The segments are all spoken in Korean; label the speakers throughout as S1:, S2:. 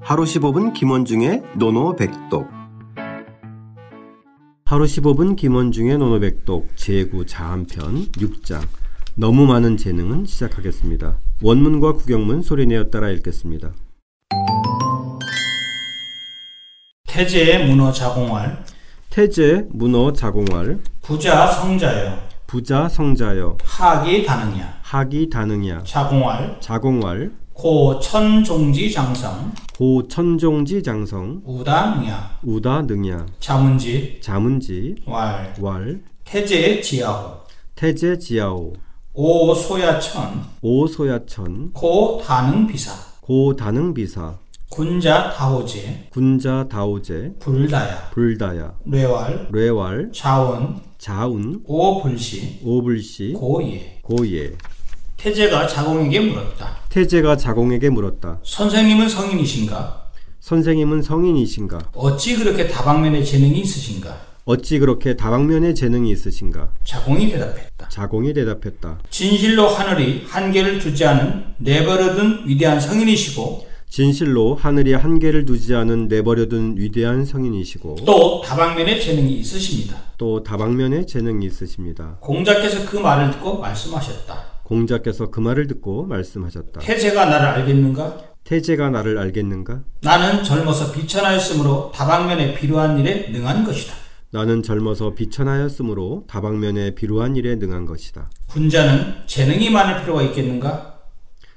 S1: 하루 15분 김원중의 노노백독 하루 15분 김원중의 노노백독 제9자한편 6장 너무 많은 재능은 시작하겠습니다. 원문과 구경문 소리내어 따라 읽겠습니다.
S2: 태제의 문어 자공할
S1: 태제 문어 자공할
S2: 부자 성자여
S1: 부자 성자여
S2: 학이 가능야
S1: 학이 다능야
S2: 자공할
S1: 자공할
S2: 고 천종지 장성
S1: 고 천종지 장성
S2: 우다능야
S1: 우다 능야
S2: 자문지
S1: 자문지
S2: 왈
S1: 왈
S2: 태제의 지하호
S1: 태제 지하오
S2: 오 소야천
S1: 오소야천
S2: 고 다능 비사
S1: 고 다능 비사
S2: 군자 다호제
S1: 군자 다오제
S2: 불다야
S1: 불다야
S2: 뇌왈
S1: 뇌왈
S2: 자원
S1: 자운
S2: 오불시
S1: 오불시
S2: 고예
S1: 고예
S2: 태제가 자공에게 물었다
S1: 태제가 자공에게 물었다.
S2: 선생님은 성인이신가?
S1: 선생님은 성인이신가?
S2: 어찌 그렇게 다방면의 재능이 있으신가?
S1: 어찌 그렇게 다방면의 재능이 있으신가?
S2: 자공이 대답했다
S1: 자공이 대답했다.
S2: 진실로 하늘이 한계를 두지 않은 내버려둔 위대한 성인이시고
S1: 진실로 하늘이 한계를 두지 않은 내버려둔 위대한 성인이시고
S2: 또 다방면의 재능이 있으십니다.
S1: 또 다방면의 재능이 있으십니다.
S2: 공자께서 그 말을 듣고 말씀하셨다.
S1: 공자께서 그 말을 듣고 말씀하셨다.
S2: 태제가 나를 알겠는가?
S1: 태제가 나를 알겠는가?
S2: 나는 젊어서 비천하였으므로 다방면에 필요한 일에 능한 것이다.
S1: 나는 젊어서 비천하였으므로 다방면의 비루한 일에 능한 것이다.
S2: 군자는 재능이 많을 필요가 있겠는가?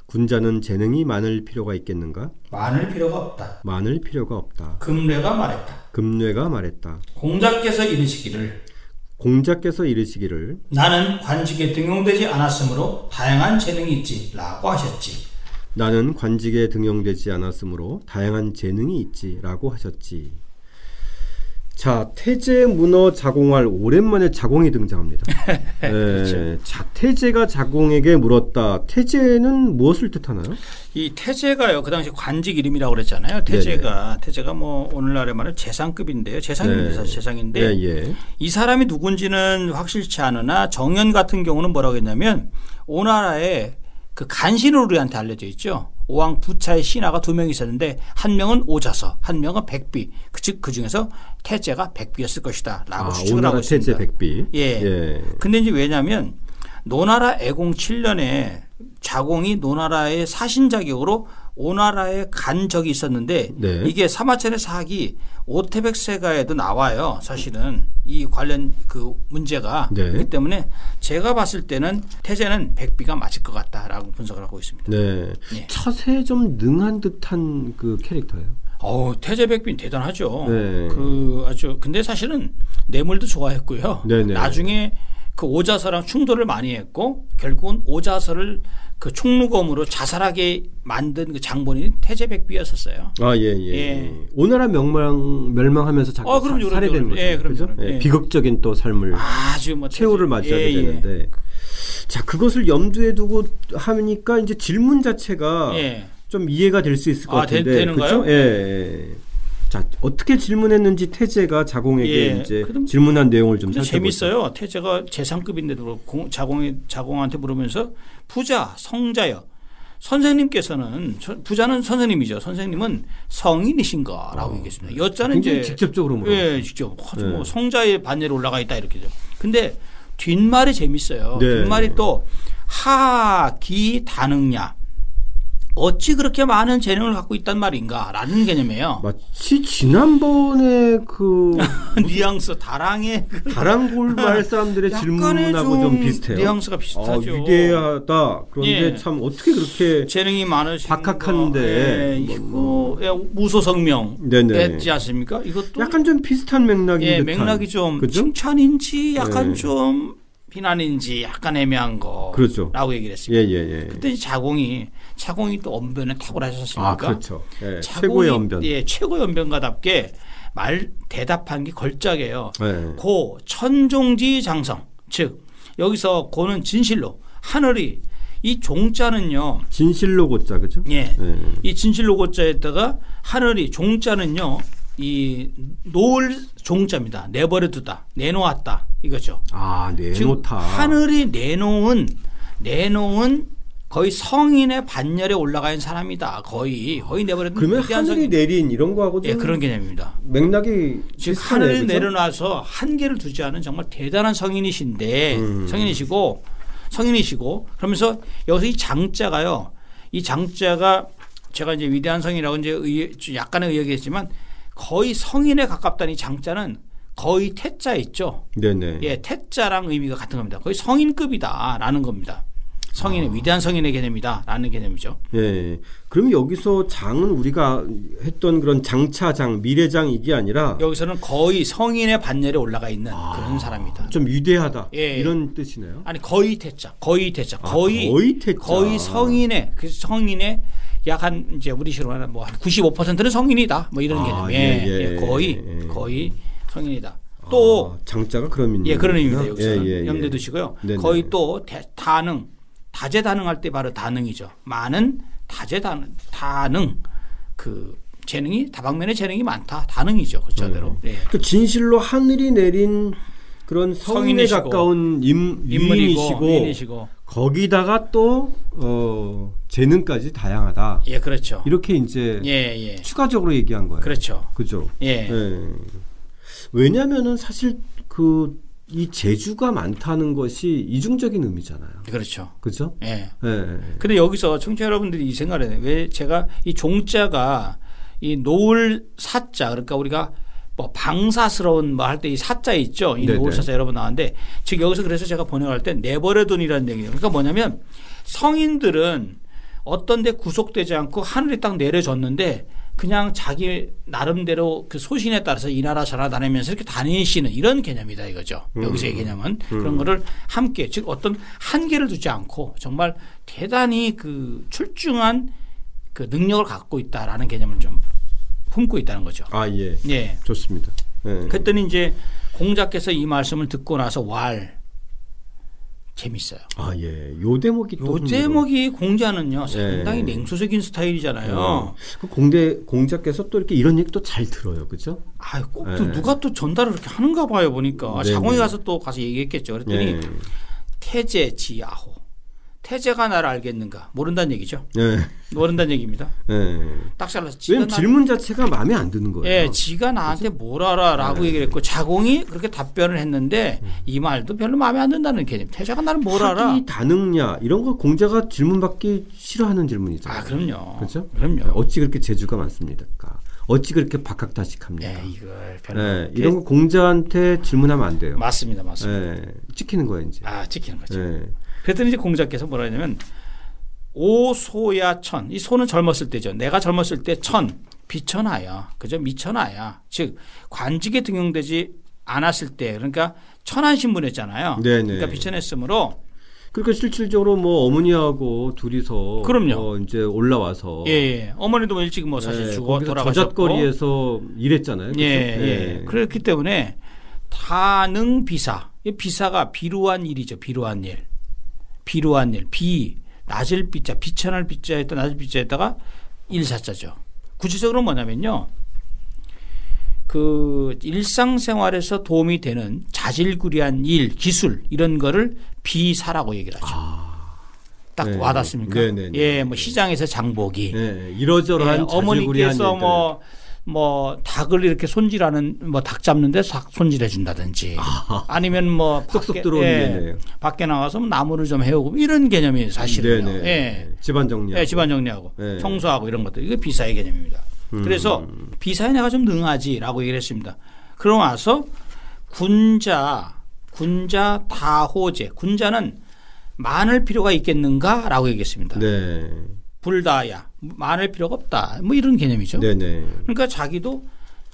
S1: 군자는 재능이 많을 필요가 있겠는가?
S2: 많을 필요가 없다.
S1: 많을 필요가 없다.
S2: 금례가 말했다.
S1: 금뇌가 말했다.
S2: 공자께서 이르시기를
S1: 공자께서 이르시기를
S2: 나는 관직에 등용되지 않았으므로 다양한 재능이 있지 라고 하셨지.
S1: 나는 관직에 등용되지 않았으므로 다양한 재능이 있지라고 하셨지. 자, 태제 문어 자공할 오랜만에 자공이 등장합니다. 네,
S2: 그렇죠.
S1: 자, 태제가 자공에게 물었다. 태제는 무엇을 뜻하나요?
S2: 이 태제가요 그 당시 관직 이름이라고 그랬잖아요 태제가 태제가 뭐 오늘날에 말하는 재상급인데요 재상입니다
S1: 네.
S2: 사실 재상인데
S1: 예, 예.
S2: 이 사람이 누군지는 확실치 않으나 정연 같은 경우는 뭐라고 했냐면 오나라에 그 간신으로 우리한테 알려져 있죠 오왕 부차의 신하가 두 명 있었는데 한 명은 오자서 한 명은 백비 즉그 중에서 태제가 백비였을 것이다라고
S1: 아,
S2: 추측을 하고
S1: 오나라
S2: 있습니다.
S1: 태제 백비.
S2: 예. 근데 이제 왜냐면 노나라 애공 7년에 자공이 노나라의 사신 자격으로 오나라에 간 적이 있었는데
S1: 네.
S2: 이게 사마천의 사학이 오태백세가에도 나와요. 사실은 이 관련 그 문제가
S1: 네.
S2: 그렇기 때문에 제가 봤을 때는 태제는 백비가 맞을 것 같다라고 분석을 하고 있습니다.
S1: 네.
S2: 예.
S1: 처세에 좀 능한 듯한 그 캐릭터예요.
S2: 어우 태제 백비는 대단하죠.
S1: 네.
S2: 그 아주 근데 사실은 뇌물도 좋아했고요.
S1: 네네.
S2: 나중에 그 오자서랑 충돌을 많이 했고 결국은 오자서를 그 총루검으로 자살하게 만든 그 장본인이 태제 백비였었어요.
S1: 아, 예, 예.
S2: 예.
S1: 오나라 명망, 멸망하면서 자꾸
S2: 어, 그럼요,
S1: 사- 살해되는
S2: 그럼요.
S1: 거죠.
S2: 예, 그럼요,
S1: 그죠?
S2: 그럼요.
S1: 예,
S2: 예.
S1: 비극적인 또 삶을
S2: 아주 뭐
S1: 네. 최후를
S2: 태제-
S1: 맞이하게
S2: 예, 예.
S1: 되는데 자 그것을 염두에 두고 하니까 이제 질문 자체가
S2: 예.
S1: 좀 이해가 될 수 있을 것
S2: 아, 되-
S1: 같은데
S2: 되는가요?
S1: 그죠? 예, 예. 자 어떻게 질문했는지 태제가 자공에게
S2: 예,
S1: 이제
S2: 그럼-
S1: 질문한 내용을 좀
S2: 근데
S1: 살펴보죠.
S2: 재밌어요. 태제가 재상급인데도 그렇고 공- 자공이 자공한테 물으면서 부자 성자여 선생님께서는 저- 부자는 선생님이죠. 선생님은 성인이신가라고 얘기했습니다. 여자는
S1: 어. 굉장히
S2: 이제
S1: 직접적으로 물어. 요
S2: 예, 직접. 아주
S1: 네.
S2: 뭐 성자의 반열에 올라가 있다 이렇게죠. 근데 뒷말이 재밌어요.
S1: 네.
S2: 뒷말이 또 하기 다능냐. 어찌 그렇게 많은 재능을 갖고 있단 말인가라는 개념이에요.
S1: 마치 지난번에 그
S2: 뉘앙스 다랑의
S1: 다랑골 마을 사람들의
S2: 약간의
S1: 질문하고 좀 비슷해요.
S2: 뉘앙스가 비슷하죠.
S1: 아, 위대하다. 그런데
S2: 예.
S1: 참 어떻게 그렇게
S2: 재능이 많으신
S1: 박학한데 뭐,
S2: 거. 예, 이거 예, 무소성명
S1: 네네.
S2: 했지 않습니까? 이것도
S1: 약간 좀 비슷한 맥락인
S2: 예,
S1: 듯한
S2: 맥락이 좀
S1: 그죠?
S2: 칭찬인지 약간
S1: 예.
S2: 좀 비난인지 약간 애매한 거
S1: 그렇죠.
S2: 라고 얘기를 했습니다.
S1: 예예 예.
S2: 그때 이제 자공이 자공이 또 언변을 탁월하셨습니까?
S1: 아 그렇죠. 예,
S2: 자공이,
S1: 최고의 언변.
S2: 예, 최고의 언변가답게 말 대답한 게 걸작이에요.
S1: 예.
S2: 고 천종지 장성 즉 여기서 고는 진실로 하늘이 이 종자는요.
S1: 진실로 고자 그죠?
S2: 예.
S1: 예.
S2: 이 진실로 고자에다가 하늘이 종자는요. 이 놓을 종자입니다. 내버려 두다. 내놓았다. 이거죠.
S1: 아
S2: 지금
S1: 내놓다.
S2: 하늘이 내놓은 내놓은 거의 성인의 반열에 올라가 있는 사람이다. 거의 거의 내버려
S1: 그러면 하늘이 내린 이런 거하고 좀
S2: 예 그런 개념입니다.
S1: 맥락이
S2: 지금
S1: 비슷하네요,
S2: 하늘을
S1: 그죠?
S2: 내려놔서 한계를 두지 않은 정말 대단한 성인이신데
S1: 음.
S2: 성인이시고 성인이시고 그러면서 여기서 이 장자가요 이 장자가 제가 이제 위대한 성이라고 이제 의- 약간의 의역이었지만 거의 성인에 가깝다는 이 장자는 거의 태자 있죠.
S1: 네네.
S2: 예, 태자랑 의미가 같은 겁니다. 거의 성인급이다라는 겁니다.
S1: 아.
S2: 성인의 위대한 성인의 개념이다라는 개념이죠.
S1: 예. 그럼 여기서 장은 우리가 했던 그런 장차장, 미래장 이게 아니라
S2: 여기서는 거의 성인의 반열에 올라가 있는
S1: 아.
S2: 그런 사람이다.
S1: 좀 위대하다
S2: 예.
S1: 이런 뜻이네요.
S2: 아니 거의 태자, 거의 태자,
S1: 아,
S2: 거의
S1: 거의 태자.
S2: 거의 성인의 그 성인의 약 한 이제 우리 식으로 하면 뭐한 95%는 성인이다. 뭐 이런
S1: 아,
S2: 개념. 예,
S1: 예, 예,
S2: 예, 거의
S1: 예.
S2: 거의 성인이다. 또
S1: 아, 장자가 그런 의미.
S2: 예, 그런 의미입니다. 여기서는
S1: 예, 예, 예.
S2: 염두에 두시고요.
S1: 네네.
S2: 거의 또 대, 다능, 다재다능할 때 바로 다능이죠. 많은 다재다능, 다능 그 재능이 다방면의 재능이 많다. 다능이죠. 그 자대로. 예.
S1: 그 진실로 하늘이 내린 그런 성인에
S2: 성인이시고,
S1: 가까운 임,
S2: 인물이고,
S1: 유인이시고
S2: 인이시고.
S1: 거기다가 또 어, 재능까지 다양하다.
S2: 예, 그렇죠.
S1: 이렇게 이제
S2: 예, 예.
S1: 추가적으로 얘기한 거예요.
S2: 그렇죠.
S1: 그죠?
S2: 예.
S1: 예. 왜냐면은 사실 그 이 재주가 많다는 것이 이중적인 의미잖아요.
S2: 그렇죠.
S1: 그죠?
S2: 예.
S1: 예.
S2: 근데 여기서 청취자 여러분들이 이 생각을 해요. 왜 제가 이 종자가 이 노을 사자 그러니까 우리가 뭐 방사스러운 뭐 할 때 이 사자 있죠. 이
S1: 네네.
S2: 노을 사자 여러 번 나왔는데 즉 여기서 그래서 제가 번역할 때 내버려둔이라는 얘기예요. 그러니까 뭐냐면 성인들은 어떤 데 구속되지 않고 하늘에 딱 내려졌는데 그냥 자기 나름대로 그 소신에 따라서 이 나라 저 나라 다니면서 이렇게 다니시는 이런 개념이다 이거죠. 여기서의 개념은 그런 거를 함께 즉 어떤 한계를 두지 않고 정말 대단히 그 출중한 그 능력을 갖고 있다라는 개념을 좀 품고 있다는 거죠.
S1: 아 예.
S2: 예.
S1: 좋습니다. 예.
S2: 그랬더니 이제 공자께서 이 말씀을 듣고 나서 왈 재밌어요.
S1: 아 예. 요 대목이 또
S2: 요 제목이 공자는요
S1: 예.
S2: 상당히 냉소적인 스타일이잖아요.
S1: 흥미로워요. 그 공대 공자께서 또 이렇게 이런 얘기 또 잘 들어요. 그죠?
S2: 아유 꼭또
S1: 예.
S2: 누가 또 전달을 그렇게 하는가 봐요 보니까
S1: 네,
S2: 자공이
S1: 네.
S2: 가서 또 가서 얘기했겠죠. 그랬더니
S1: 예.
S2: 태제 지야호 태제가 나를 알겠는가 모른다는 얘기죠.
S1: 예.
S2: 모른다는 얘기입니다.
S1: 예.
S2: 딱 잘라서 지가
S1: 왜냐면
S2: 나
S1: 질문 자체가 마음에 안 드는 거예요. 예.
S2: 예, 지가 나한테 뭘 알아라고 얘기를 했고 자공이 그렇게 답변을 했는데
S1: 음.
S2: 이 말도 별로 마음에 안 든다는 개념. 태자가 나를 뭘 알아?
S1: 학이 다능냐 이런 거 공자가 질문 받기 싫어하는
S2: 아,
S1: 질문이잖아요.
S2: 그럼요.
S1: 그렇죠?
S2: 그럼요.
S1: 어찌 그렇게 재주가 많습니까? 어찌 그렇게
S2: 예,
S1: 박학다식합니까?
S2: 이걸 별로
S1: 예, 네, 이런 거 공자한테 질문하면 안 돼요.
S2: 맞습니다, 맞습니다.
S1: 예, 찍히는 거예요 이제.
S2: 아, 찍히는 거죠.
S1: 예.
S2: 그랬더니 이제 공자께서 뭐라 했냐면 오소야 천. 이 소는 젊었을 때죠. 내가 젊었을 때 천. 비천하야. 그죠? 미천하야. 즉 관직에 등용되지 않았을 때 그러니까 천한 신분했잖아요.
S1: 네네.
S2: 그러니까 비천했으므로
S1: 그러니까 실질적으로 뭐 어머니하고 둘이서
S2: 그럼요.
S1: 어, 이제 올라와서
S2: 예, 예. 어머니도 뭐 일찍 뭐 사실
S1: 예,
S2: 죽어
S1: 거기서
S2: 돌아가셨고
S1: 저잣거리에서 일했잖아요. 네. 그죠?
S2: 예, 예. 그렇기 때문에 다능 비사. 이 비사가 비루한 일이죠. 비루한 일. 비루한 일. 비 낮을 비자, 비천할 비자에다 낮을 비자에다가 일사자죠. 구체적으로 뭐냐면요. 그 일상생활에서 도움이 되는 자질구리한 일, 기술 이런 거를 비사라고 얘기를 하죠. 딱
S1: 아. 네.
S2: 와닿습니까?
S1: 네, 네, 네.
S2: 예, 뭐 시장에서 장보기,
S1: 예, 이러저러한
S2: 예,
S1: 자질구리한
S2: 어머니께서
S1: 일들.
S2: 뭐, 뭐 닭을 이렇게 손질하는 뭐 닭 잡는데 닭 손질해 준다든지 아니면 뭐
S1: 쏙쏙
S2: 밖에-
S1: 들어오는
S2: 예,
S1: 게네요.
S2: 밖에 나가서 나무를 좀 해오고 뭐 이런 개념이 사실은요.
S1: 네네.
S2: 예.
S1: 집안 정리.
S2: 예, 집안 정리하고
S1: 예.
S2: 청소하고 이런 것들 이게 비사의 개념입니다.
S1: 음.
S2: 그래서 비사에 내가 좀 능하지라고 얘기를 했습니다. 그러고 나서 군자 군자 다호제 군자는 많을 필요가 있겠는가라고 얘기했습니다.
S1: 네.
S2: 불다야 많을 필요가 없다 뭐 이런 개념이죠.
S1: 네네.
S2: 그러니까 자기도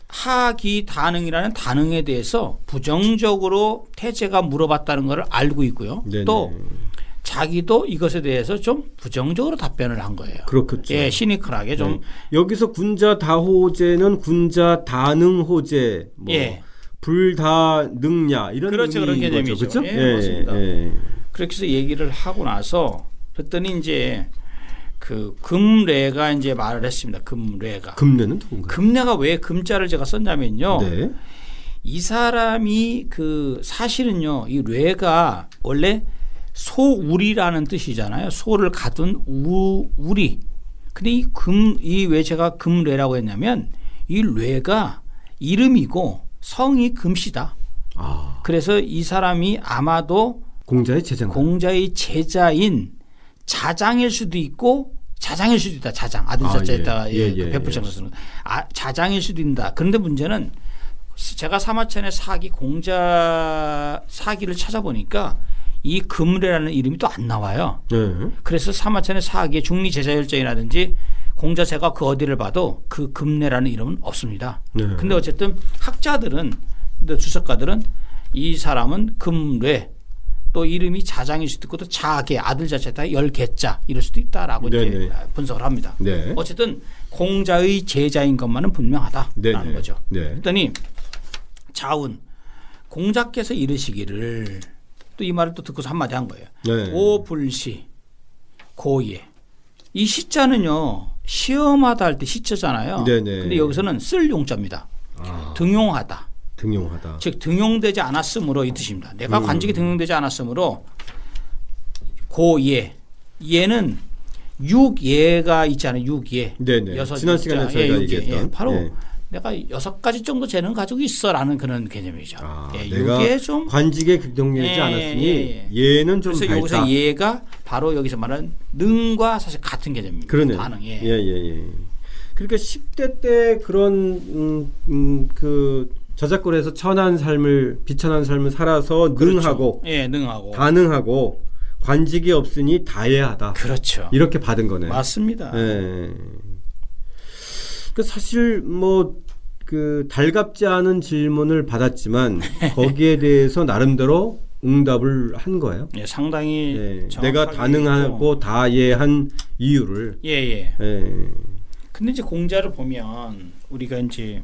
S2: 하기 다능이라는 다능에 대해서 부정적으로 태제가 물어봤다는 걸 알고 있고요.
S1: 네네.
S2: 또 자기도 이것에 대해서 좀 부정적으로 답변을 한 거예요.
S1: 그렇겠죠.
S2: 예, 시니컬하게 좀
S1: 네. 여기서 군자 다호제는 군자 다능호제, 뭐
S2: 예.
S1: 불다능냐 이런
S2: 그렇죠, 그런
S1: 의미인 거죠.
S2: 개념이죠.
S1: 그렇죠?
S2: 예, 맞습니다.
S1: 예.
S2: 그렇게 해서 얘기를 하고 나서 그랬더니 이제 그 금례가 이제 말을 했습니다. 금례가
S1: 금례는 누군가요?
S2: 금례가 왜 금자를 제가 썼냐면요.
S1: 네.
S2: 이 사람이 그 사실은요, 이 뇌가 원래 소우리라는 뜻이잖아요. 소를 가둔 우, 우리. 근데 이 금, 이왜 제가 금뇌라고 했냐면 이 뇌가 이름이고 성이 금시다.
S1: 아
S2: 그래서 이 사람이 아마도
S1: 공자의 제장.
S2: 공자의 제자인 자장일 수도 있고 자장일 수도 있다. 자장 아들
S1: 아,
S2: 자자에다가
S1: 예. 예,
S2: 예, 그
S1: 예,
S2: 배풀장사
S1: 예.
S2: 쓰는 거. 아, 자장일 수도 있다. 그런데 문제는 제가 사마천의 사기 공자 사기를 찾아보니까 이 금례라는 이름이 또 안 나와요.
S1: 네.
S2: 그래서 사마천의 사기의 중리 제자열전이라든지 공자세가 그 어디를 봐도 그 금례라는 이름은 없습니다.
S1: 네.
S2: 근데 어쨌든 학자들은 근데 주석가들은 이 사람은 금뢰 또 이름이 자장일 수도 있고 또 자계 아들 자체다 열계자 이럴 수도 있다라고 이제
S1: 네네.
S2: 분석을 합니다.
S1: 네.
S2: 어쨌든 공자의 제자인 것만은 분명하다라는
S1: 네네.
S2: 거죠.
S1: 네.
S2: 그랬더니 자운 공자께서 이르시기를 또 이 말을 또 듣고서 한마디 한 거예요.
S1: 네.
S2: 오불시 고예 이 시자는요 시험하다 할 때 시자잖아요.
S1: 네네.
S2: 근데 여기서는 쓸 용자입니다.
S1: 아,
S2: 등용하다.
S1: 등용하다.
S2: 즉 등용되지 않았으므로 이 뜻입니다. 내가
S1: 음.
S2: 관직이 등용되지 않았으므로 고예 예는 육예가 있잖아요. 육예
S1: 네네.
S2: 여섯
S1: 지난
S2: 육자.
S1: 시간에 저희가
S2: 예, 육예.
S1: 얘기했던.
S2: 예, 바로
S1: 예.
S2: 내가 여섯 가지 정도 재능 가지고 있어라는 그런 개념이죠.
S1: 아,
S2: 예,
S1: 내가
S2: 육예 좀
S1: 관직에 등용되지
S2: 예,
S1: 않았으니
S2: 예,
S1: 얘는 좀
S2: 그래서
S1: 밝다.
S2: 여기서 예가 바로 여기서 말하는 능과 사실 같은 개념입니다.
S1: 그러네요.
S2: 반응 예.
S1: 예, 예, 예. 그러니까 10대 때 그런 음, 음, 그 저작거리에서 천한 삶을 비천한 삶을 살아서 능하고
S2: 예, 능하고
S1: 다능하고 관직이 없으니 다예하다.
S2: 그렇죠.
S1: 이렇게 받은 거네.
S2: 맞습니다.
S1: 예. 그 사실 뭐 그 달갑지 않은 질문을 받았지만 거기에 대해서 나름대로 응답을 한 거예요.
S2: 예, 상당히
S1: 예.
S2: 정확하게
S1: 내가
S2: 있고.
S1: 다능하고 다예한 이유를
S2: 예, 예.
S1: 예.
S2: 근데 이제 공자를 보면 우리가 이제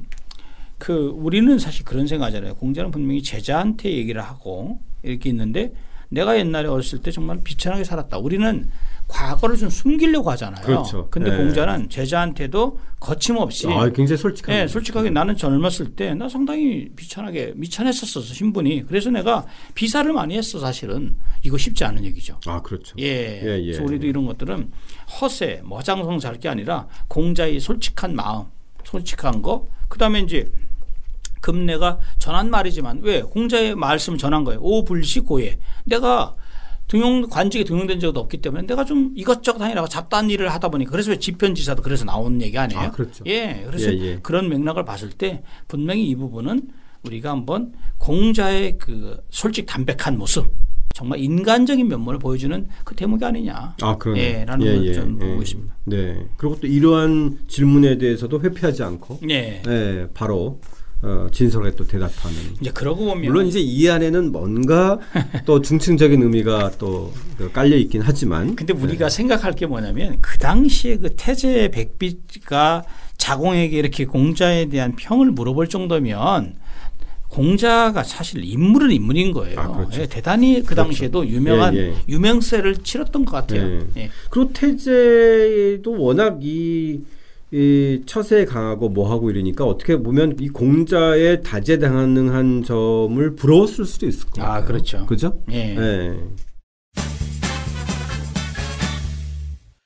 S2: 그 우리는 사실 그런 생각하잖아요. 공자는 분명히 제자한테 얘기를 하고 이렇게 있는데 내가 옛날에 어렸을 때 정말 비천하게 살았다. 우리는 과거를 좀 숨기려고 하잖아요.
S1: 그렇죠.
S2: 근데
S1: 네.
S2: 공자는 제자한테도 거침없이
S1: 아, 굉장히 솔직한.
S2: 예,
S1: 거예요.
S2: 솔직하게 나는 젊었을 때 나 상당히 비천하게 미천했었어 신분이. 그래서 내가 비사를 많이 했어 사실은. 이거 쉽지 않은 얘기죠.
S1: 아, 그렇죠.
S2: 예.
S1: 예, 예.
S2: 그래서 우리도 이런 것들은 허세, 머장성사할 게 아니라 공자의 솔직한 마음, 솔직한 거. 그다음에 이제 금내가 전한 말이지만 왜 공자의 말씀 을 전한 거예요. 오불시 고예. 내가 등용 관직에 등용된 적도 없기 때문에 내가 좀 이것저것 하느라고 잡다한 일을 하다 보니 까 그래서 왜 지편지사도 그래서 나오는 얘기 아니에요?
S1: 아, 그렇죠.
S2: 예. 그래서
S1: 예, 예.
S2: 그런 맥락을 봤을 때 분명히 이 부분은 우리가 한번 공자의 그 솔직 담백한 모습 정말 인간적인 면모를 보여주는 그 대목이 아니냐.
S1: 아, 그러네요.
S2: 예, 라는 걸좀 보고 있습니다.
S1: 네. 그리고 또 이러한 질문에 대해서도 회피하지 않고
S2: 예.
S1: 예, 바로 어, 진솔하게 또 대답하는.
S2: 이제 그러고 보면
S1: 물론 이제 이 안에는 뭔가 또 중층적인 의미가 또그 깔려 있긴 하지만 네.
S2: 근데 우리가 생각할 게 뭐냐면 그 당시에 그 태제 백비가 자공에게 이렇게 공자에 대한 평을 물어볼 정도면 공자가 사실 인물은 인물인 거예요.
S1: 아, 그렇죠.
S2: 예, 대단히 그 당시에도 유명한
S1: 예, 예.
S2: 유명세를 치렀던 것 같아요. 예.
S1: 그리고 태제도 워낙 이, 이 처세에 강하고 뭐하고 이러니까 어떻게 보면 이 공자의 다재다능한 점을 부러웠을 수도 있을 것
S2: 아,
S1: 같아요.
S2: 그렇죠.
S1: 그죠?
S2: 예.
S1: 예.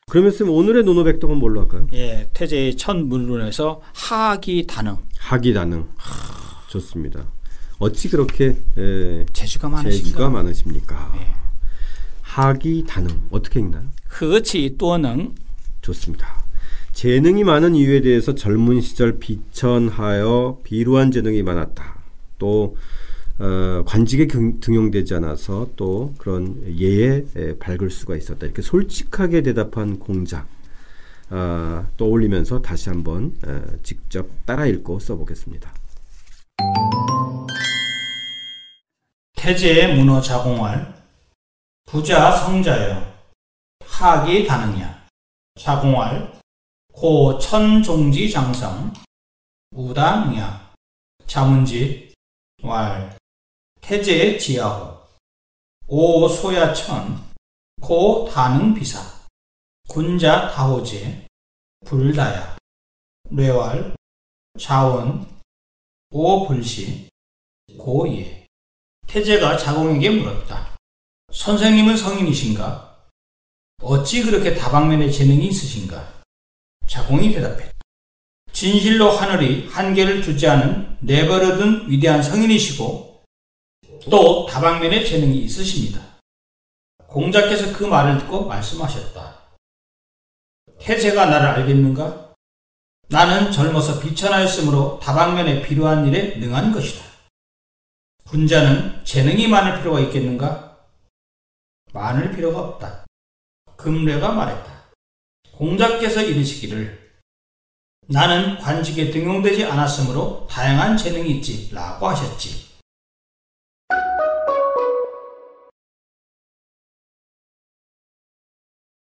S1: 그러면 쌤 오늘의 노노백동은 뭘로 할까요?
S2: 예, 태제의 첫 문론에서 하기 단응
S1: 학이다능. 좋습니다. 어찌 그렇게 예,
S2: 재주가 많으신가?
S1: 재주가 많으십니까?
S2: 예.
S1: 학이다능 어떻게 읽나요?
S2: 그치 또는
S1: 좋습니다. 재능이 많은 이유에 대해서 젊은 시절 비천하여 비루한 재능이 많았다. 또 어, 관직에 경- 등용되지 않아서 또 그런 예에 에, 밝을 수가 있었다. 이렇게 솔직하게 대답한 공자 아, 떠올리면서 다시 한번 에, 직접 따라 읽고 써보겠습니다.
S2: 태제의 문어 자공할 부자 성자여 학이 다능야 자공할 고 천종지 장성 우당야 자문지 왈 태제의 지하호 오 소야천 고 다능 비사 군자 다호제 불다야 뇌왈 자원 오 불시 고예 태제가 자공에게 물었다. 선생님은 성인이신가? 어찌 그렇게 다방면의 재능이 있으신가? 자공이 대답했다. 진실로 하늘이 한계를 두지 않은 내버려둔 위대한 성인이시고 또 다방면의 재능이 있으십니다. 공자께서 그 말을 듣고 말씀하셨다. 태세가 나를 알겠는가? 나는 젊어서 비천하였으므로 다방면에 필요한 일에 능한 것이다. 분자는 재능이 많을 필요가 있겠는가? 많을 필요가 없다. 금례가 말했다. 공자께서 이르시기를 나는 관직에 등용되지 않았으므로 다양한 재능이 있지라고 하셨지.